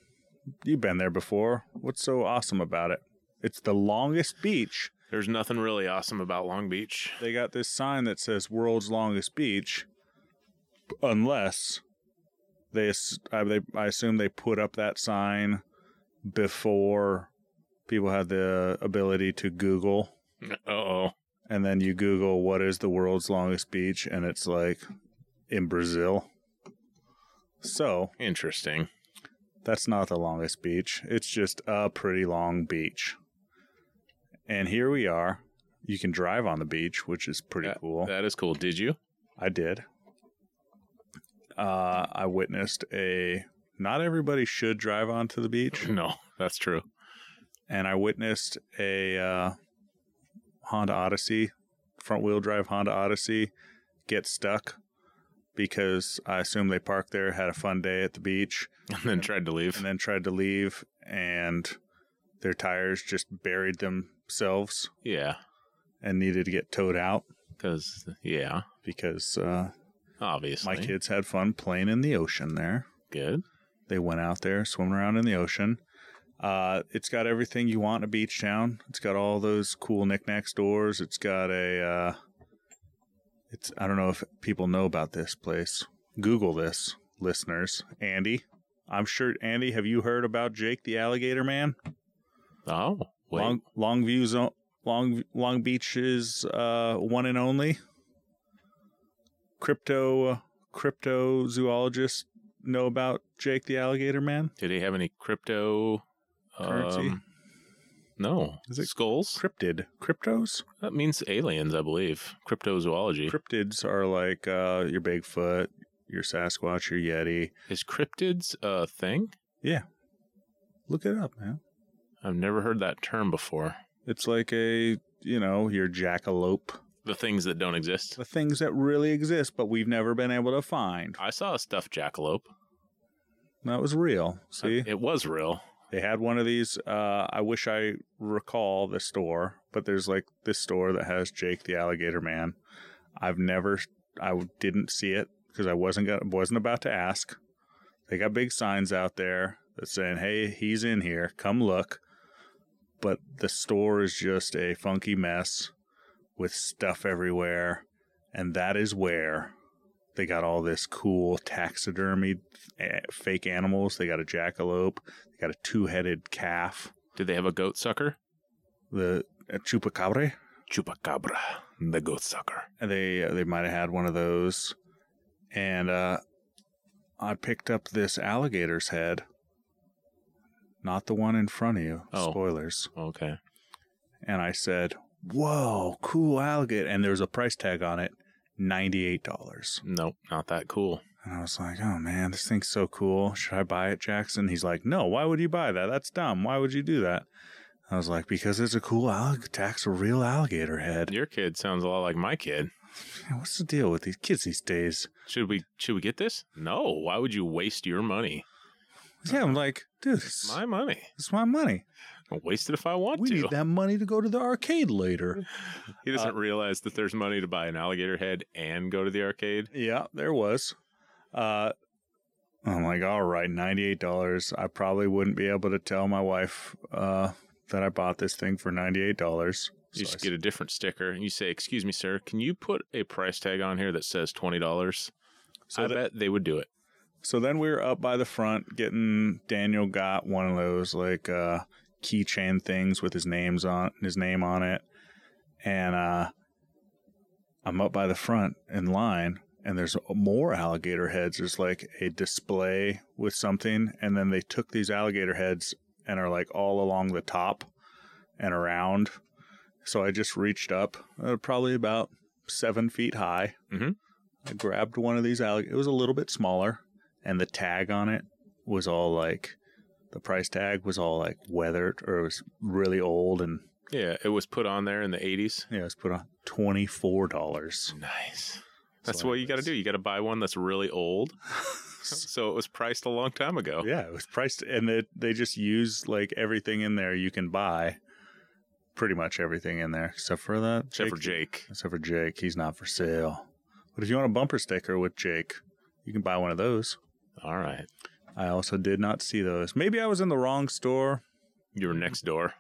Speaker 2: You've been there before. What's so awesome about it? It's the longest beach.
Speaker 1: There's nothing really awesome about Long Beach.
Speaker 2: They got this sign that says "World's Longest Beach," unless they ass- I, they I assume they put up that sign before people had the ability to Google
Speaker 1: Oh,
Speaker 2: and then you google what is the world's longest beach and it's like in brazil so
Speaker 1: interesting.
Speaker 2: that's not the longest beach it's just a pretty long beach and here we are you can drive on the beach which is pretty cool
Speaker 1: That is cool. Did you?
Speaker 2: i did uh, i witnessed a not everybody should drive onto the beach
Speaker 1: No, that's true.
Speaker 2: and I witnessed a uh, Honda Odyssey, front wheel drive Honda Odyssey, get stuck because I assume they parked there, had a fun day at the beach,
Speaker 1: And then tried to leave.
Speaker 2: and then tried to leave, and their tires just buried themselves
Speaker 1: yeah,
Speaker 2: and needed to get towed out
Speaker 1: because yeah,
Speaker 2: because uh,
Speaker 1: obviously.
Speaker 2: my kids had fun playing in the ocean there.
Speaker 1: Good.
Speaker 2: They went out there, swimming around in the ocean. Uh, it's got everything you want in a beach town. It's got all those cool knickknack stores. It's got a. Uh, it's I don't know if people know about this place. Google this, listeners. Andy, I'm sure Andy. Have you heard about Jake the Alligator Man?
Speaker 1: Oh, wait.
Speaker 2: Long Longview zone. Long Long Beach's uh, one and only crypto crypto zoologists know about Jake the Alligator Man.
Speaker 1: Did he have any crypto?
Speaker 2: Currency?
Speaker 1: um, no.
Speaker 2: Is it-
Speaker 1: skulls?
Speaker 2: cryptid cryptos
Speaker 1: That means aliens, I believe. Cryptozoology.
Speaker 2: cryptids are like uh your bigfoot your sasquatch your yeti
Speaker 1: is cryptids a thing?
Speaker 2: look it up man
Speaker 1: I've never heard that term before.
Speaker 2: it's like a you know your jackalope
Speaker 1: The things that don't exist.
Speaker 2: the things that really exist but we've never been able to find
Speaker 1: I saw a stuffed jackalope.
Speaker 2: that was real see
Speaker 1: It was real.
Speaker 2: They had one of these. Uh, I wish I recall the store, but there's like this store that has Jake the Alligator Man. I've never, I didn't see it because I wasn't gonna, wasn't about to ask. They got big signs out there that saying, "Hey, he's in here. Come look." But the store is just a funky mess with stuff everywhere, And that is where they got all this cool taxidermy eh, fake animals. They got a jackalope, they got a two headed calf,
Speaker 1: Did they have a goat sucker?
Speaker 2: the a chupacabra.
Speaker 1: Chupacabra, the goat sucker.
Speaker 2: And they they might have had one of those and uh i picked up this alligator's head not the one in front of you
Speaker 1: Oh.
Speaker 2: spoilers
Speaker 1: Okay.
Speaker 2: and i said whoa cool alligator and there was a price tag on it $98
Speaker 1: Nope, not that cool.
Speaker 2: and i was like oh man this thing's so cool should i buy it jackson he's like no why would you buy that that's dumb why would you do that i was like because it's a cool allig- tax a real alligator head
Speaker 1: Your kid sounds a lot like my kid.
Speaker 2: Man, what's the deal with these kids these days
Speaker 1: Should we should we get this? No. Why would you waste your money?
Speaker 2: Yeah,
Speaker 1: Uh-huh.
Speaker 2: I'm like, dude, it's my,
Speaker 1: My money.
Speaker 2: it's my money.
Speaker 1: I'll waste it if I want
Speaker 2: We
Speaker 1: to.
Speaker 2: need that money to go to the arcade later.
Speaker 1: He doesn't realize that there's money to buy an alligator head and go to the arcade.
Speaker 2: yeah, there was. Uh, I'm like, all right, $98. I probably wouldn't be able to tell my wife uh, that I bought this thing for $98. So
Speaker 1: You
Speaker 2: I
Speaker 1: just
Speaker 2: said,
Speaker 1: get a different sticker and you say, "Excuse me, sir, can you put a price tag on here that says twenty dollars?"
Speaker 2: So
Speaker 1: I
Speaker 2: that-
Speaker 1: bet they would do it.
Speaker 2: So then we were up by the front getting Daniel got one of those like uh keychain things with his names on his name on it. And uh I'm up by the front in line and there's more alligator heads. There's like a display with something and then they took these alligator heads and are like all along the top and around. So I just reached up, uh, probably about seven feet high.
Speaker 1: Mhm.
Speaker 2: I grabbed one of these alligators. It was a little bit smaller, and the tag on it was all like the price tag was all like weathered or it was really old and
Speaker 1: Yeah, it was put on there in the eighties.
Speaker 2: yeah, it was put on twenty four dollars.
Speaker 1: Nice. That's what you got to do. You got to buy one that's really old. so it was priced a long time ago.
Speaker 2: Yeah, it was priced, and they they just use like everything in there you can buy, pretty much everything in there except for that
Speaker 1: Except for Jake.
Speaker 2: Except for Jake, he's not for sale. But if you want a bumper sticker with Jake, you can buy one of those.
Speaker 1: All right.
Speaker 2: I also did not see those. Maybe I was in the wrong store.
Speaker 1: You were next door.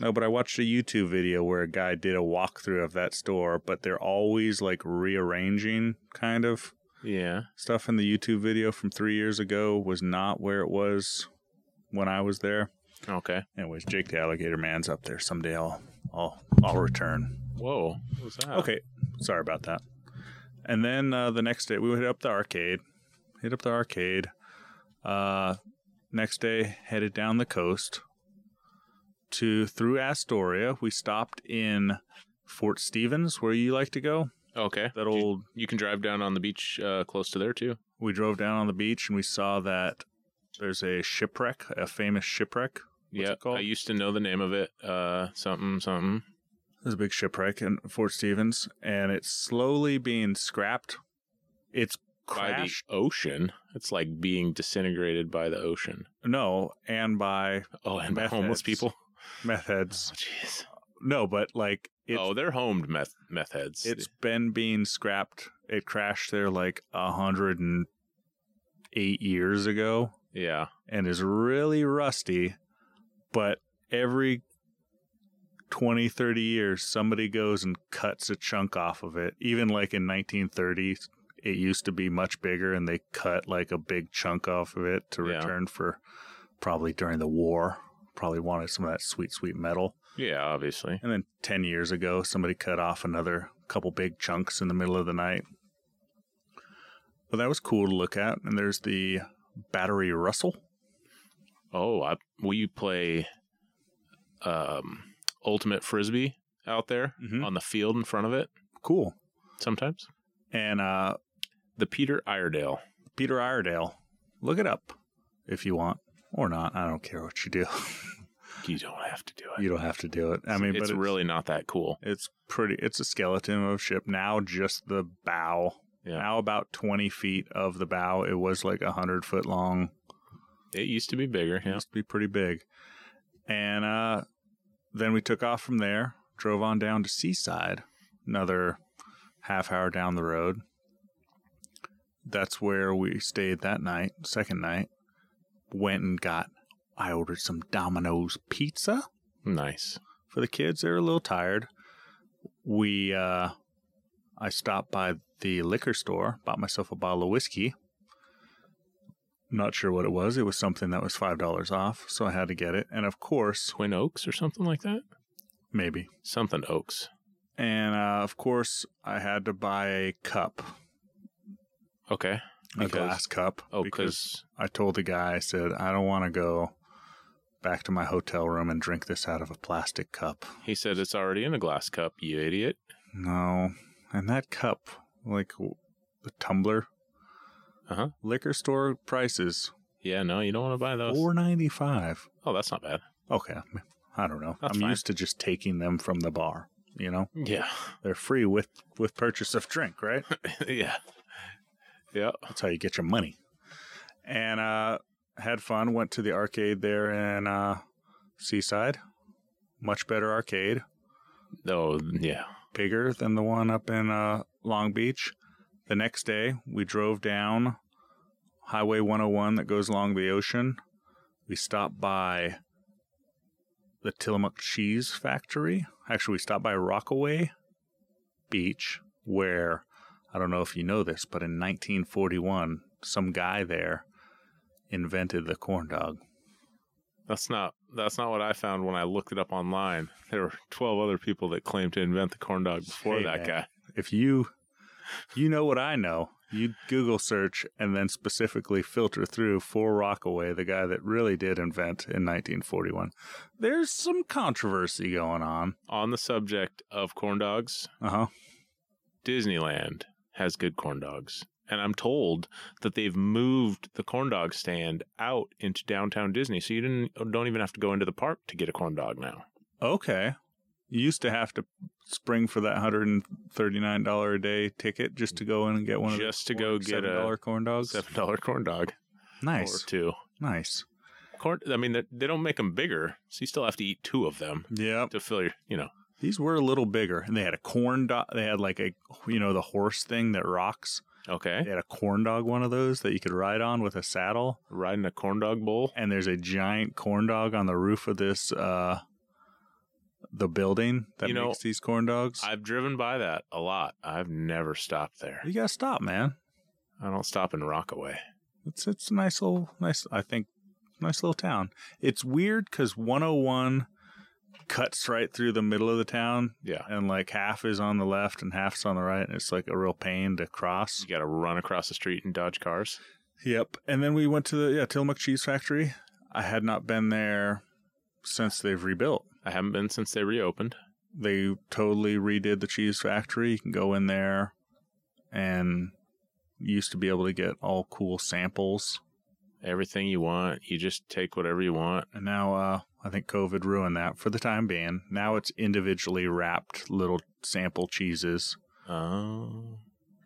Speaker 2: No, but I watched a YouTube video where a guy did a walkthrough of that store, but they're always like rearranging kind of
Speaker 1: Yeah.
Speaker 2: stuff in the YouTube video from three years ago was not where it was when I was there.
Speaker 1: Okay.
Speaker 2: Anyways, Jake the Alligator Man's up there. Someday I'll I'll I'll return.
Speaker 1: Whoa. What was that?
Speaker 2: Okay, sorry about that. And then uh, the next day we hit up the arcade, hit up the arcade. Uh, next day headed down the coast to through Astoria. We stopped in Fort Stevens, where you like to go.
Speaker 1: Okay.
Speaker 2: That
Speaker 1: You-
Speaker 2: old.
Speaker 1: You can drive down on the beach uh, close to there too.
Speaker 2: We drove down on the beach and we saw that there's a shipwreck, a famous shipwreck. What's it
Speaker 1: yeah.
Speaker 2: called?
Speaker 1: I used to know the name of it. Uh, something, something.
Speaker 2: There's a big shipwreck in Fort Stevens, and it's slowly being scrapped. It's crashed.
Speaker 1: By the ocean. It's like being disintegrated by the ocean.
Speaker 2: No, and by
Speaker 1: Oh, and by
Speaker 2: Meth
Speaker 1: homeless
Speaker 2: heads.
Speaker 1: people.
Speaker 2: meth heads.
Speaker 1: jeez.
Speaker 2: No, but like it's
Speaker 1: Oh, they're homed meth meth heads.
Speaker 2: it's been being scrapped. It crashed there like a hundred and eight years ago,
Speaker 1: yeah.
Speaker 2: and is really rusty. But every 20, 30 years, somebody goes and cuts a chunk off of it. Even like in 1930, it used to be much bigger, and they cut like a big chunk off of it to
Speaker 1: Yeah.
Speaker 2: return for probably during the war. Probably wanted some of that sweet, sweet metal.
Speaker 1: Yeah. Obviously.
Speaker 2: And then 10 years ago, somebody cut off another couple big chunks in the middle of the night. But that was cool to look at. And there's the Battery Russell.
Speaker 1: Oh, I, we play um, ultimate frisbee out there
Speaker 2: Mhm.
Speaker 1: on the field in front of it
Speaker 2: Cool.
Speaker 1: sometimes.
Speaker 2: And uh,
Speaker 1: The Peter Iredale.
Speaker 2: Peter Iredale. Look it up if you want or not. I don't care what you do.
Speaker 1: You don't have to do it.
Speaker 2: you don't have to do it. I mean,
Speaker 1: it's,
Speaker 2: but it's
Speaker 1: really not that cool.
Speaker 2: It's pretty. It's a skeleton of a ship now. Just the bow.
Speaker 1: Yeah.
Speaker 2: Now about twenty feet of the bow. It was like a hundred foot long.
Speaker 1: It used to be bigger. Yeah.
Speaker 2: Must be pretty big. And uh, then we took off from there, drove on down to Seaside, another half hour down the road. That's where we stayed that night, second night. Went and got, I ordered some Domino's pizza
Speaker 1: Nice.
Speaker 2: for the kids. They were a little tired. We uh, I stopped by the liquor store, bought myself a bottle of whiskey. Not sure what it was. It was something that was $5 off, so I had to get it. And of course,
Speaker 1: Twin Oaks or something like that?
Speaker 2: maybe.
Speaker 1: Something Oaks.
Speaker 2: And uh, of course, I had to buy a cup,
Speaker 1: Okay.
Speaker 2: a
Speaker 1: Because-
Speaker 2: glass cup.
Speaker 1: Oh,
Speaker 2: because
Speaker 1: because
Speaker 2: I told the guy, I said, I don't want to go back to my hotel room and drink this out of a plastic cup.
Speaker 1: he said it's already in a glass cup, you idiot.
Speaker 2: No. And that cup, like w- the tumbler,
Speaker 1: Uh-huh.
Speaker 2: liquor store prices
Speaker 1: Yeah, no, you don't want to buy those.
Speaker 2: four ninety five.
Speaker 1: Oh, that's not bad.
Speaker 2: Okay, I mean, I don't know.
Speaker 1: That's
Speaker 2: I'm
Speaker 1: fine.
Speaker 2: used to just taking them from the bar. You know,
Speaker 1: Yeah.
Speaker 2: they're free with with purchase of drink, right?
Speaker 1: yeah. Yeah.
Speaker 2: That's how you get your money. And uh, had fun. Went to the arcade there in uh, Seaside. Much better arcade.
Speaker 1: Oh, yeah.
Speaker 2: bigger than the one up in uh, Long Beach. The next day, we drove down Highway 101 that goes along the ocean. We stopped by the Tillamook Cheese Factory. Actually, we stopped by Rockaway Beach, where I don't know if you know this, but in 1941, some guy there invented the corn dog.
Speaker 1: That's not that's not what I found when I looked it up online. There were twelve other people that claimed to invent the corn dog before
Speaker 2: Hey,
Speaker 1: that
Speaker 2: man.
Speaker 1: guy.
Speaker 2: if you you know what I know, you Google search and then specifically filter through for Rockaway, the guy that really did invent in 1941. There's some controversy going on.
Speaker 1: On the subject of corn dogs,
Speaker 2: Uh huh.
Speaker 1: Disneyland has good corn dogs. And I'm told that they've moved the corn dog stand out into downtown Disney, so you didn't don't even have to go into the park to get a corn dog now.
Speaker 2: Okay. You used to have to spring for that $139 a day ticket just to go in and get one of
Speaker 1: Just to
Speaker 2: the
Speaker 1: go get
Speaker 2: $7
Speaker 1: a
Speaker 2: corn dogs.
Speaker 1: seven dollar corn dog
Speaker 2: Nice.
Speaker 1: or two.
Speaker 2: Nice.
Speaker 1: Corn, I mean, they- they don't make them bigger, so you still have to eat two of them
Speaker 2: Yep.
Speaker 1: to fill your, you know.
Speaker 2: These were a little bigger and they had a corn dog. They had like a, you know, the horse thing that rocks.
Speaker 1: Okay,
Speaker 2: They had a corn dog one of those that you could ride on with a saddle.
Speaker 1: riding a corn dog bowl.
Speaker 2: And there's a giant corn dog on the roof of this uh the building that
Speaker 1: You know,
Speaker 2: makes these corn dogs.
Speaker 1: I've driven by that a lot. I've never stopped there.
Speaker 2: you gotta stop, man.
Speaker 1: I don't stop in Rockaway.
Speaker 2: It's it's a nice little nice I think nice little town. It's weird because 101 cuts right through the middle of the town
Speaker 1: Yeah,
Speaker 2: and like half is on the left and half's on the right and it's like a real pain to cross.
Speaker 1: you got to run across the street and dodge cars.
Speaker 2: Yep. And then we went to the yeah, Tillamook Cheese Factory. I had not been there since they've rebuilt.
Speaker 1: I haven't been since they reopened.
Speaker 2: They totally redid the cheese factory. You can go in there and you used to be able to get all cool samples.
Speaker 1: Everything you want, you just take whatever you want.
Speaker 2: And now uh I think COVID ruined that for the time being. Now it's individually wrapped little sample cheeses.
Speaker 1: Oh,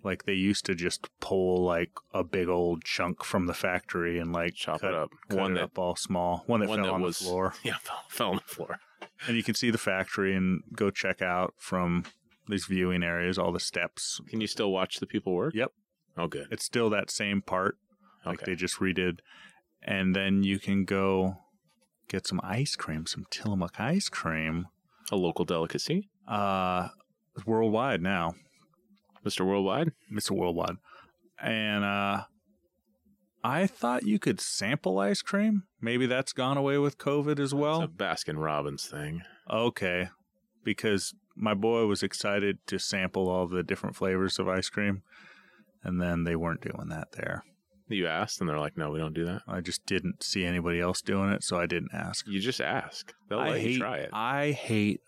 Speaker 2: Like they used to just pull like a big old chunk from the factory and like
Speaker 1: chop
Speaker 2: cut,
Speaker 1: it up.
Speaker 2: cut
Speaker 1: one
Speaker 2: it
Speaker 1: that
Speaker 2: up all small. One that
Speaker 1: one
Speaker 2: fell
Speaker 1: that
Speaker 2: on
Speaker 1: was-
Speaker 2: the floor.
Speaker 1: yeah fell, fell on the floor.
Speaker 2: and you can see the factory and go check out from these viewing areas all the steps
Speaker 1: Can you still watch the people work?
Speaker 2: Yep.
Speaker 1: Oh, good.
Speaker 2: it's still that same part like
Speaker 1: Okay.
Speaker 2: they just redid and then you can go get some ice cream some tillamook ice cream
Speaker 1: A local delicacy,
Speaker 2: uh it's worldwide now
Speaker 1: Mr. Worldwide.
Speaker 2: mr worldwide and uh i thought you could sample ice cream maybe that's gone away with covid as well
Speaker 1: it's a Baskin Robbins thing.
Speaker 2: Okay. Because my boy was excited to sample all the different flavors of ice cream. And then they weren't doing that there.
Speaker 1: You asked, and they're like, "No, we don't do that."
Speaker 2: I just didn't see anybody else doing it, so I didn't ask.
Speaker 1: You just ask. They'll
Speaker 2: I
Speaker 1: let
Speaker 2: hate,
Speaker 1: you try it.
Speaker 2: I hate,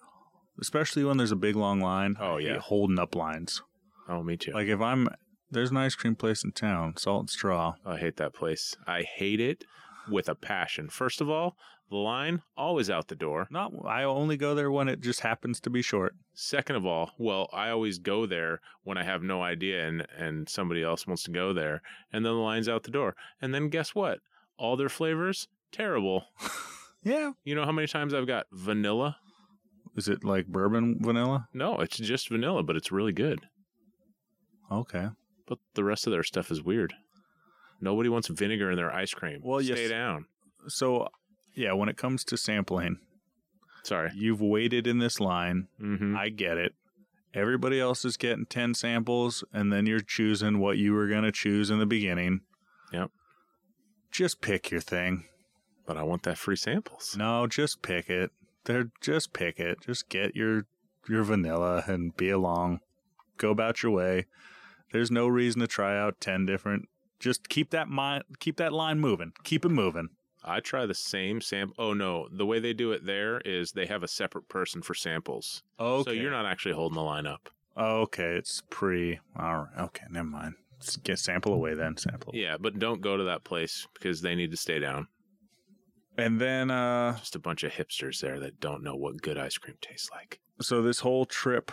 Speaker 2: especially when there's a big long line.
Speaker 1: Oh,
Speaker 2: I hate
Speaker 1: yeah.
Speaker 2: holding up lines.
Speaker 1: oh, me too.
Speaker 2: Like if I'm, there's an ice cream place in town, Salt and Straw.
Speaker 1: I hate that place. I hate it with a passion. First of all, the line always out the door.
Speaker 2: Not, I only go there when it just happens to be short.
Speaker 1: Second of all, well, I always go there when I have no idea and and somebody else wants to go there, and then the line's out the door. And then guess what? All their flavors terrible.
Speaker 2: Yeah.
Speaker 1: You know how many times I've got vanilla?
Speaker 2: Is it like bourbon vanilla?
Speaker 1: No, it's just vanilla, but it's really good.
Speaker 2: Okay.
Speaker 1: But the rest of their stuff is weird. Nobody wants vinegar in their ice cream.
Speaker 2: Well, yes.
Speaker 1: stay down.
Speaker 2: So, yeah, when it comes to sampling,
Speaker 1: Sorry.
Speaker 2: You've waited in this line.
Speaker 1: hmm
Speaker 2: I get it. Everybody else is getting 10 samples, and then you're choosing what you were going to choose in the beginning.
Speaker 1: Yep.
Speaker 2: Just pick your thing.
Speaker 1: But I want that free samples.
Speaker 2: No, just pick it. They're just pick it. Just get your your vanilla and be along. Go about your way. There's no reason to try out 10 different. Just keep that mind keep that line moving. Keep it moving.
Speaker 1: I try the same sample. Oh no, the way they do it there is they have a separate person for samples,
Speaker 2: Okay.
Speaker 1: so you're not actually holding the line up.
Speaker 2: Okay, it's pre. All right. Okay, never mind. S- Get sample away then. Sample.
Speaker 1: Yeah, but don't go to that place because they need to stay down.
Speaker 2: And then, uh,
Speaker 1: Just a bunch of hipsters there that don't know what good ice cream tastes like.
Speaker 2: so this whole trip,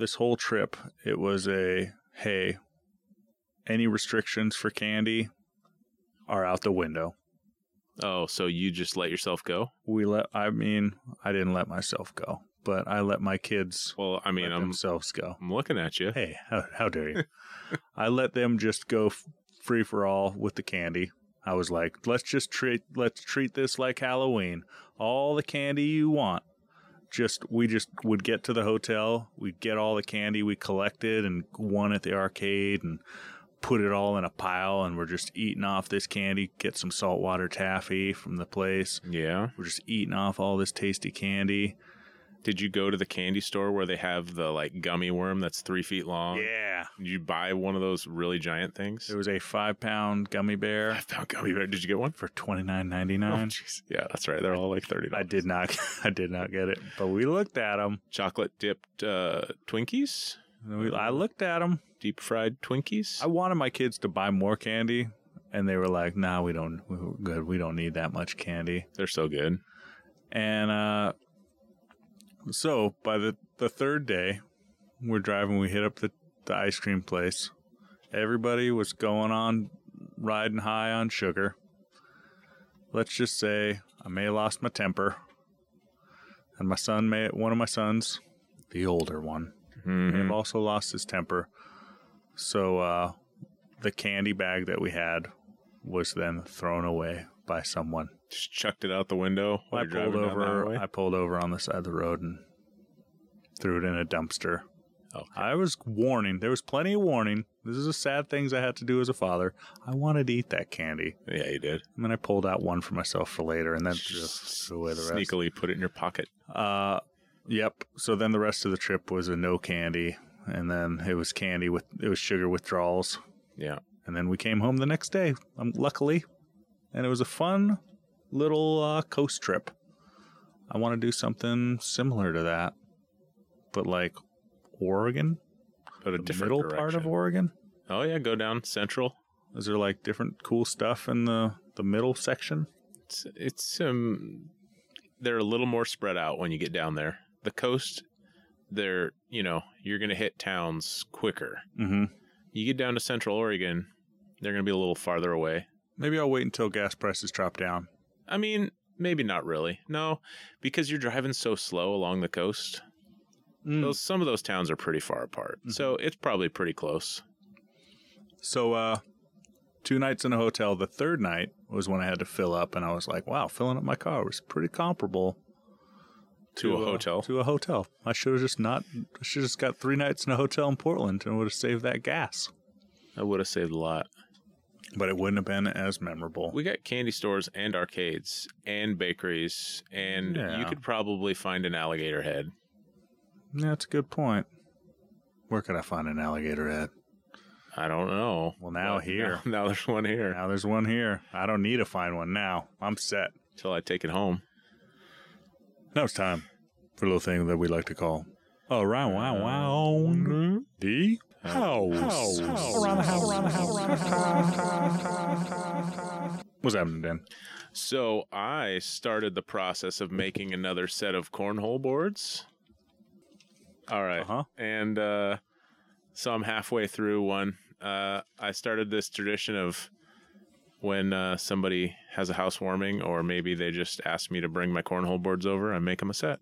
Speaker 2: this whole trip, it was a hey, any restrictions for candy are out the window.
Speaker 1: Oh, so you just let yourself go?
Speaker 2: We let. I mean, I didn't let myself go, but I let my kids
Speaker 1: Well, I mean,
Speaker 2: let
Speaker 1: I'm
Speaker 2: themselves go.
Speaker 1: I'm looking at you.
Speaker 2: Hey, how, how dare you? I let them just go f- free for all with the candy. I was like, let's just treat let's treat this like Halloween. All the candy you want. Just we just would get to the hotel, we'd get all the candy we collected and won at the arcade and put it all in a pile and we're just eating off this candy, get some saltwater taffy from the place.
Speaker 1: Yeah.
Speaker 2: We're just eating off all this tasty candy.
Speaker 1: Did you go to the candy store where they have the like gummy worm that's three feet long?
Speaker 2: Yeah.
Speaker 1: Did you buy one of those really giant things?
Speaker 2: There was a five pound gummy bear
Speaker 1: I found gummy bear. Did you get one?
Speaker 2: for twenty nine ninety
Speaker 1: Oh,
Speaker 2: nine.
Speaker 1: jeez. Yeah, that's right. They're all like thirty.
Speaker 2: I did not. I did not get it. But we looked at them.
Speaker 1: chocolate dipped uh, Twinkies,
Speaker 2: We, I looked at them.
Speaker 1: deep fried Twinkies.
Speaker 2: I wanted my kids to buy more candy, and they were like, "Nah, we don't. We're good. We don't need that much candy."
Speaker 1: They're so good.
Speaker 2: And uh, so by the the third day, we're driving. We hit up the the ice cream place. Everybody was going on riding high on sugar. Let's just say I may have lost my temper, and my son may one of my sons, the older one, may
Speaker 1: Mhm.
Speaker 2: have also lost his temper. So uh, the candy bag that we had was then thrown away by someone.
Speaker 1: Just chucked it out the window. while
Speaker 2: I
Speaker 1: you're driving
Speaker 2: pulled
Speaker 1: down the
Speaker 2: over.
Speaker 1: highway.
Speaker 2: I pulled over on the side of the road and threw it in a dumpster.
Speaker 1: Okay.
Speaker 2: I was warning. There was plenty of warning. This is the sad things I had to do as a father. I wanted to eat that candy,
Speaker 1: yeah, you did.
Speaker 2: and then I pulled out one for myself for later, and then just threw away the rest.
Speaker 1: Sneakily put it in your pocket.
Speaker 2: Uh, yep. So then the rest of the trip was a no candy, and then it was candy with it was sugar withdrawals,
Speaker 1: Yeah.
Speaker 2: and then we came home the next day. Um, luckily, and it was a fun little uh, coast trip. I want to do something similar to that, but like Oregon,
Speaker 1: But a
Speaker 2: the
Speaker 1: different
Speaker 2: middle part of
Speaker 1: direction.
Speaker 2: Oregon.
Speaker 1: Oh yeah, go down central.
Speaker 2: Is there like different cool stuff in the the middle section?
Speaker 1: It's it's um they're a little more spread out when you get down there. The coast they're, you know, you're going to hit towns quicker.
Speaker 2: Mm-hmm.
Speaker 1: You get down to central Oregon, they're going to be a little farther away.
Speaker 2: Maybe I'll wait until gas prices drop down.
Speaker 1: I mean, maybe not really. No, because you're driving so slow along the coast.
Speaker 2: Hmm.
Speaker 1: Those, some of those towns are pretty far apart.
Speaker 2: Mhm.
Speaker 1: So it's probably pretty close.
Speaker 2: So, uh, two nights in a hotel. The third night was when I had to fill up, and I was like, "Wow, filling up my car was pretty comparable
Speaker 1: To a
Speaker 2: uh,
Speaker 1: hotel.
Speaker 2: to a hotel. I should have just not. I should have just got three nights in a hotel in Portland and would have saved that gas.
Speaker 1: I would have saved a lot.
Speaker 2: But it wouldn't have been as memorable.
Speaker 1: We got candy stores and arcades and bakeries, and you
Speaker 2: Yeah.
Speaker 1: could probably find an alligator head.
Speaker 2: That's a good point. Where could I find an alligator at?
Speaker 1: I don't know.
Speaker 2: Well, now
Speaker 1: But
Speaker 2: here.
Speaker 1: Now, now there's one here
Speaker 2: Now there's one here. I don't need to find one now. I'm set.
Speaker 1: until I take it home.
Speaker 2: Now it's time for a little thing that we like to call around wow wow the house. Around the house. Around the house. What's happening, Dan?
Speaker 1: So I started the process of making another set of cornhole boards. All right.
Speaker 2: Uh huh.
Speaker 1: and uh, so I'm halfway through one. Uh, I started this tradition of when uh, somebody has a housewarming, or maybe they just ask me to bring my cornhole boards over, I make them a set.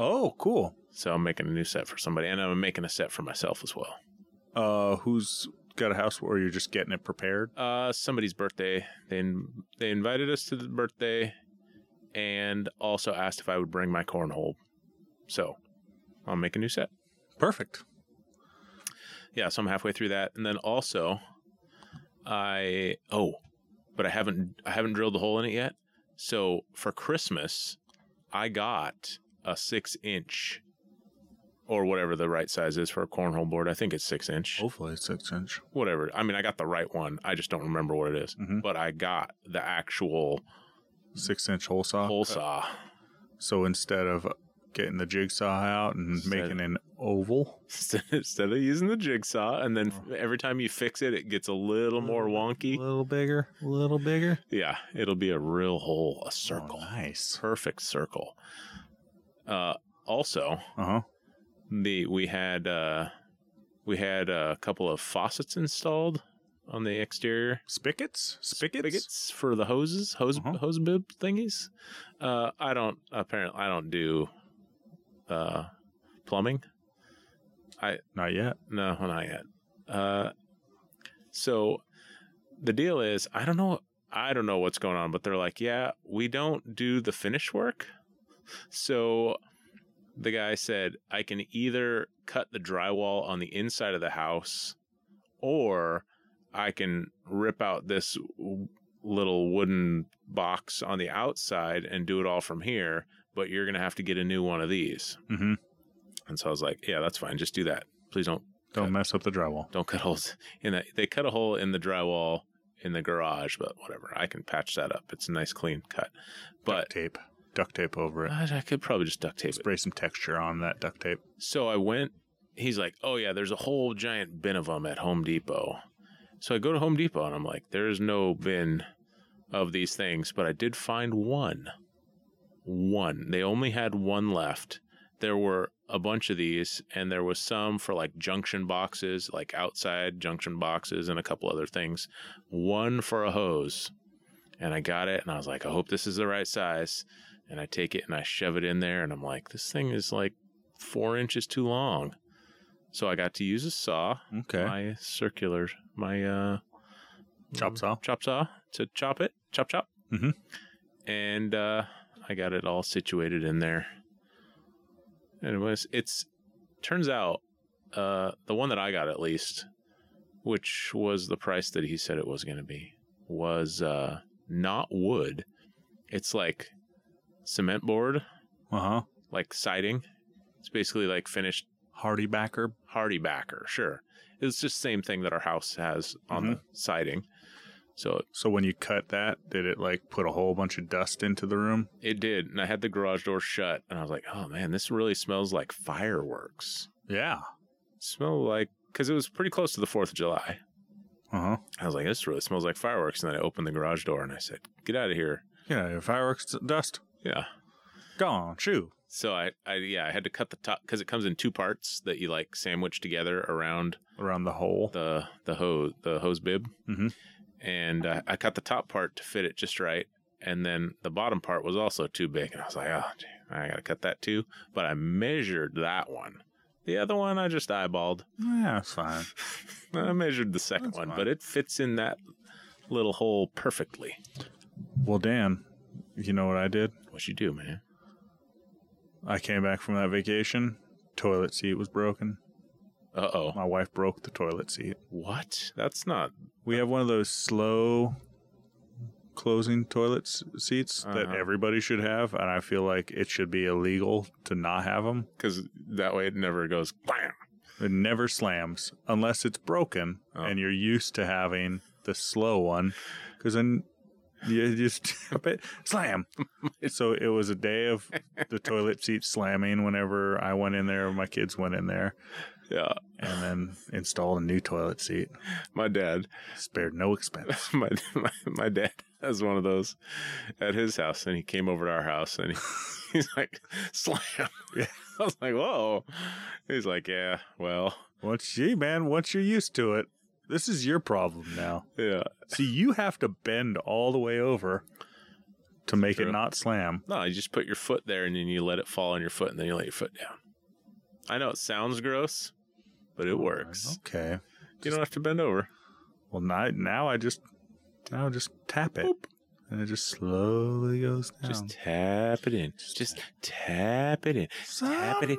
Speaker 2: Oh, cool.
Speaker 1: So I'm making a new set for somebody, and I'm making a set for myself as well.
Speaker 2: Uh, who's got a house, or you're just getting it prepared?
Speaker 1: Uh, somebody's birthday. They in- they invited us to the birthday, and also asked if I would bring my cornhole. So I'll make a new set.
Speaker 2: Perfect.
Speaker 1: yeah, so I'm halfway through that, and then also, I oh, but I haven't I haven't drilled the hole in it yet. So for Christmas, I got a six inch, or whatever the right size is for a cornhole board. I think it's six inch,
Speaker 2: Hopefully it's six inch.
Speaker 1: whatever. I mean, I got the right one. I just don't remember what it is.
Speaker 2: Mhm.
Speaker 1: But I got the actual
Speaker 2: Six inch hole saw.
Speaker 1: hole saw.
Speaker 2: So instead of getting the jigsaw out and
Speaker 1: Instead-
Speaker 2: making an oval,
Speaker 1: Instead of using the jigsaw, and then every time you fix it, it gets Oh. a little more
Speaker 2: a
Speaker 1: wonky.
Speaker 2: little bigger, a little bigger.
Speaker 1: Yeah, it'll be a real hole, a circle.
Speaker 2: Oh, nice.
Speaker 1: perfect circle. Uh, also,
Speaker 2: Uh huh.
Speaker 1: the we had uh, we had a couple of faucets installed on the exterior
Speaker 2: Spigots? Spigots?
Speaker 1: spigots for the hoses, hose
Speaker 2: Uh-huh.
Speaker 1: hose bib thingies. Uh, I don't apparently I don't do uh, plumbing.
Speaker 2: Not yet.
Speaker 1: No, not yet. Uh, so the deal is, I don't know, I don't know what's going on, but they're like, yeah, we don't do the finish work. So the guy said, I can either cut the drywall on the inside of the house, or I can rip out this w- little wooden box on the outside and do it all from here. But you're gonna have to get a new one of these.
Speaker 2: Mm-hmm.
Speaker 1: And so I was like, yeah, that's fine. Just do that. Please don't
Speaker 2: Don't
Speaker 1: Okay.
Speaker 2: mess up the drywall.
Speaker 1: don't cut holes in that. They cut a hole in the drywall in the garage, but whatever. I can patch that up. It's a nice clean cut.
Speaker 2: Duct
Speaker 1: But
Speaker 2: tape. Duct tape over it.
Speaker 1: I I could probably just duct tape it.
Speaker 2: Spray some texture on that duct tape.
Speaker 1: So I went. He's like, "Oh yeah, there's a whole giant bin of them at Home Depot." So I go to Home Depot and I'm like, "There is no bin of these things," but I did find one. One. They only had one left. There were a bunch of these, and there was some for like junction boxes, like outside junction boxes, and a couple other things. One for a hose, and I got it, and I was like, "I hope this is the right size." And I take it and I shove it in there, and I'm like, "This thing is like." four inches too long. So I got to use a saw,
Speaker 2: Okay.
Speaker 1: my circular, my uh,
Speaker 2: Chop
Speaker 1: mm,
Speaker 2: saw.
Speaker 1: chop saw to chop it, chop chop.
Speaker 2: Mhm.
Speaker 1: And uh, I got it all situated in there. And it was it's turns out uh, the one that I got at least, which was the price that he said it was going to be, was uh, not wood. It's like cement board,
Speaker 2: Uh huh.
Speaker 1: like siding. It's basically like finished
Speaker 2: Hardy backer.
Speaker 1: hardy backer sure it's just same thing that our house has on the siding so
Speaker 2: So when you cut that, did it like put a whole bunch of dust into the room?
Speaker 1: it did and i had the garage door shut and i was like oh man this really smells like fireworks
Speaker 2: Yeah.
Speaker 1: smell like because it was pretty close to the fourth of july
Speaker 2: Uh huh.
Speaker 1: i was like this really smells like fireworks and then i opened the garage door and i said get out of here
Speaker 2: Yeah. Your fireworks dust
Speaker 1: yeah
Speaker 2: gone. Shoo.
Speaker 1: so i, I yeah i had to cut the top because it comes in two parts that you like sandwich together around
Speaker 2: Around the hole.
Speaker 1: the the hose the hose bib,
Speaker 2: Mhm.
Speaker 1: and uh, I cut the top part to fit it just right, and then the bottom part was also too big, and I was like, oh, gee, I gotta cut that too. But I measured that one. The other one I just eyeballed.
Speaker 2: yeah, it's fine.
Speaker 1: I measured the second
Speaker 2: That's
Speaker 1: one,
Speaker 2: fine.
Speaker 1: but it fits in that little hole perfectly.
Speaker 2: Well, Dan, you know what I did?
Speaker 1: What you do, man?
Speaker 2: I came back from that vacation. Toilet seat was broken.
Speaker 1: Uh oh.
Speaker 2: My wife broke the toilet seat.
Speaker 1: What? That's not.
Speaker 2: We have one of those slow closing toilet s- seats that
Speaker 1: Uh-huh. everybody
Speaker 2: everybody should have, and I feel like it should be illegal to not have them.
Speaker 1: Because that way it never goes bam.
Speaker 2: It never slams unless it's broken
Speaker 1: Oh.
Speaker 2: and you're used to having the slow one, because then you just tap it, slam. so it was a day of the toilet seat slamming whenever I went in there, my kids went in there,
Speaker 1: Yeah.
Speaker 2: and then installed a new toilet seat.
Speaker 1: My dad.
Speaker 2: Spared no expense.
Speaker 1: my, my my dad has one of those at his house, and he came over to our house, and he, he's like, "Slam!"
Speaker 2: Yeah.
Speaker 1: I was like, "Whoa!" He's like, "Yeah, well,
Speaker 2: Once, gee, man, once you're used to it, this is your problem now.
Speaker 1: yeah."
Speaker 2: See, you have to bend all the way over to make
Speaker 1: True.
Speaker 2: it not slam.
Speaker 1: No, you just put your foot there, and then you let it fall on your foot, and then you let your foot down. I know it sounds gross, but it works.
Speaker 2: Okay.
Speaker 1: You don't have to bend over.
Speaker 2: Well, now, now I just now I just tap it,
Speaker 1: Boop.
Speaker 2: and it just slowly goes down.
Speaker 1: Just tap it in. Just tap it in. tap it
Speaker 2: Somebody's
Speaker 1: in,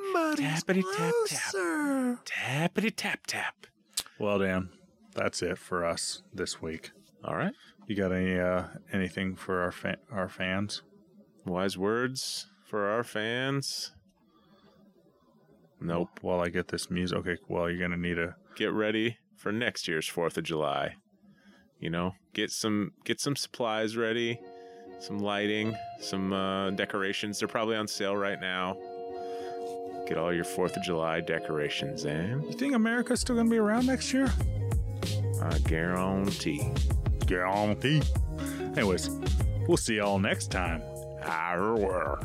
Speaker 1: tap it in, tap, tap.
Speaker 2: closer.
Speaker 1: Tap it tap tap.
Speaker 2: Well, Dan, that's it for us this week.
Speaker 1: All right.
Speaker 2: You got any uh, anything for our fa- our fans?
Speaker 1: Wise words for our fans. Nope.
Speaker 2: While I get this music, okay. Well, you're gonna need a
Speaker 1: Get ready for next year's 4th of July. You know, get some get some supplies ready, some lighting, some uh, decorations. They're probably on sale right now. Get all your 4th of July decorations in.
Speaker 2: You think America's still going to be around next year?
Speaker 1: I guarantee.
Speaker 2: Guarantee. Anyways, we'll see y'all next time.
Speaker 1: Arr.